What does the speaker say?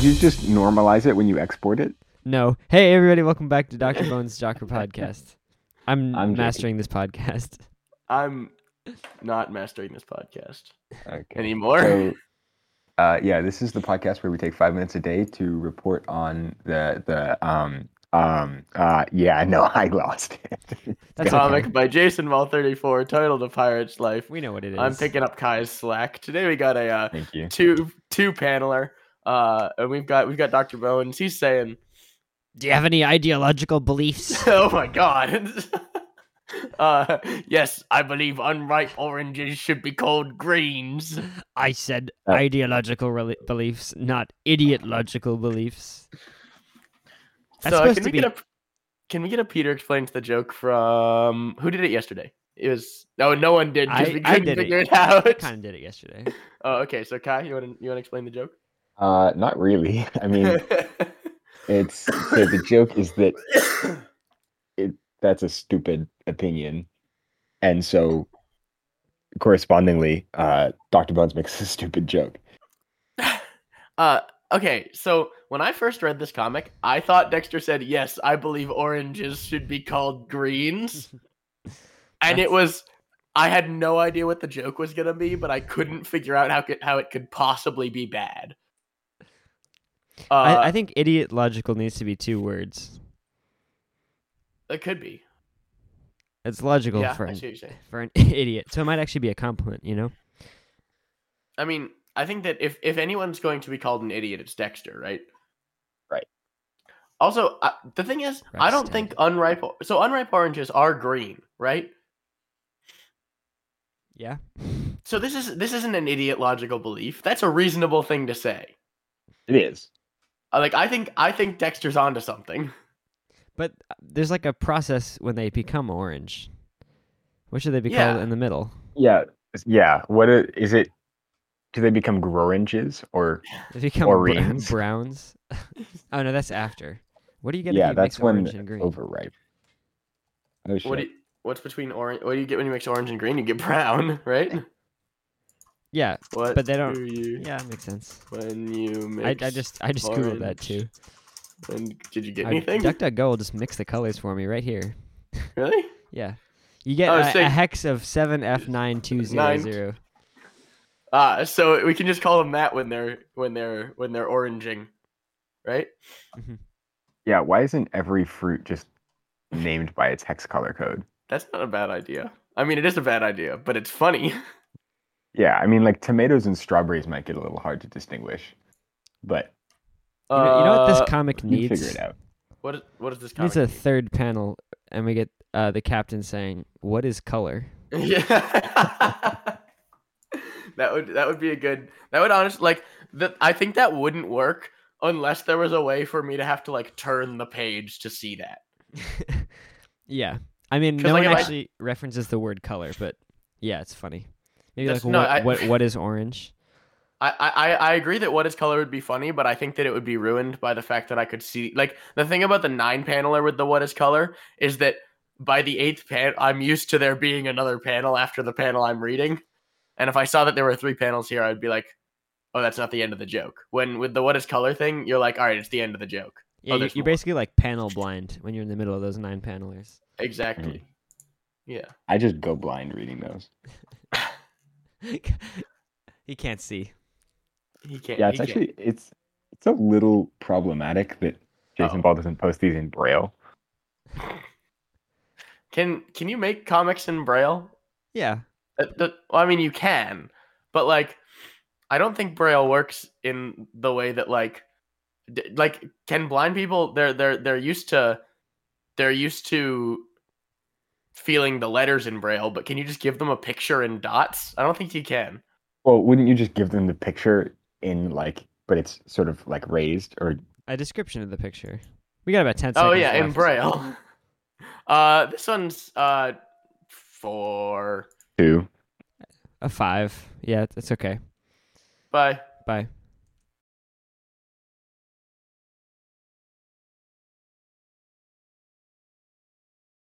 you just normalize it when you export it? No. Hey, everybody, welcome back to Dr. Bones' Jocker Podcast. I'm, I'm Jake. mastering this podcast. I'm not mastering this podcast Okay. anymore. So, uh, yeah, this is the podcast where we take five minutes a day to report on the the um um uh yeah no I lost it. That's Comic okay. by Jason Wall 34, titled A Pirate's Life. We know what it is. I'm picking up Kai's slack. Today we got a uh, Thank you. two two paneler. Uh, and we've got we've got Dr. Bones. He's saying, Do you have any ideological beliefs? "Oh my God, uh, yes, I believe unripe oranges should be called greens." I said Uh, ideological rel beliefs, not idiot logical beliefs. That's so uh, supposed can to we get be- a can we get a Peter explains the joke from who did it yesterday? It was no, no one did. 'cause I- we I couldn't did it. figure it, out. kind of did it yesterday. Oh, okay. So Kai, you want to you want to explain the joke? Uh, not really. I mean, it's so the joke is that it that's a stupid opinion, and so correspondingly, uh, Doctor Bones makes a stupid joke. uh, okay. So when I first read this comic, I thought Dexter said, "Yes, I believe oranges should be called greens," and That's- it was. I had no idea what the joke was gonna be, but I couldn't figure out how could, how it could possibly be bad. Uh, I, I think idiot logical needs to be two words. it could be. It's logical yeah, for, I an, see what you're saying. for an idiot. So it might actually be a compliment, you know? I mean, I think that if if anyone's going to be called an idiot, it's Dexter, right? Right. Also, I, the thing is, I Rex don't did. think unripe o- so unripe oranges are green, right? Yeah. So this is this isn't an idiot logical belief. That's a reasonable thing to say. It is. Uh, Like I think I think Dexter's onto something. But uh, there's like a process when they become orange. What should they be Yeah. called in the middle? Yeah, s- yeah. What i- is it? Do they become groranges or They become br- Oreos. browns. oh no, that's after. What do you get? if yeah? you That's mix when orange and green. overripe. Oh shit! What do you, what's between orange? What do you get when you mix orange and green? You get brown, right? Yeah, What? But they don't- do you yeah, that makes sense. when you I, mix? I just I just googled that orange. too. And did you get I- anything? DuckDuckGo will just mix the colors for me right here. really? Yeah, you get Oh, a, sick. a hex of seven F nine two zero zero. Ah, so we can just call them that when they're when they're when they're oranging, right? Yeah. Why isn't every fruit just named by its hex color code? That's not a bad idea. I mean, it is a bad idea, but it's funny. Yeah, I mean, like tomatoes and strawberries might get a little hard to distinguish, but You, know, you know what Uh, this comic you needs? can figure it out. What is, what is this It needs comic? a third panel, and we get uh, the captain saying, "What is color?" yeah. that would that would be a good. That would honestly like that. I think that wouldn't work unless there was a way for me to have to like turn the page to see that. yeah, I mean, 'Cause, no like, one if I- actually references the word color, but yeah, it's funny. Maybe That's- like no, what, I- what what is orange? I, I, I- I agree that what is color would be funny, but I think that it would be ruined by the fact that I could see like the thing about the nine paneler with the what is color is that by the eighth pan I'm used to there being another panel after the panel I'm reading. And if I saw that there were three panels here, I'd be like, Oh, that's not the end of the joke. When with the what is color thing, you're like, all right, it's the end of the joke. Yeah, Oh, you- there's you're more. basically like panel blind when you're in the middle of those nine panelers. Exactly. Mm. Yeah. I just go blind reading those. he can't see. He can't. Yeah, it's he can't- actually it's it's a little problematic that Jason Oh. Ball doesn't post these in braille. Can can you make comics in braille? Yeah, Uh, the- well, I mean, you can, but like, I don't think braille works in the way that like, d- like, can blind people? They're they're they're used to, they're used to feeling the letters in braille. But can you just give them a picture in dots? I don't think you can. Well, wouldn't you just give them the picture in like, but it's sort of like raised or a description of the picture. We got about ten Oh seconds. yeah, in left. braille. Uh, this one's uh, four. two? A five. Yeah, that's okay. Bye. Bye.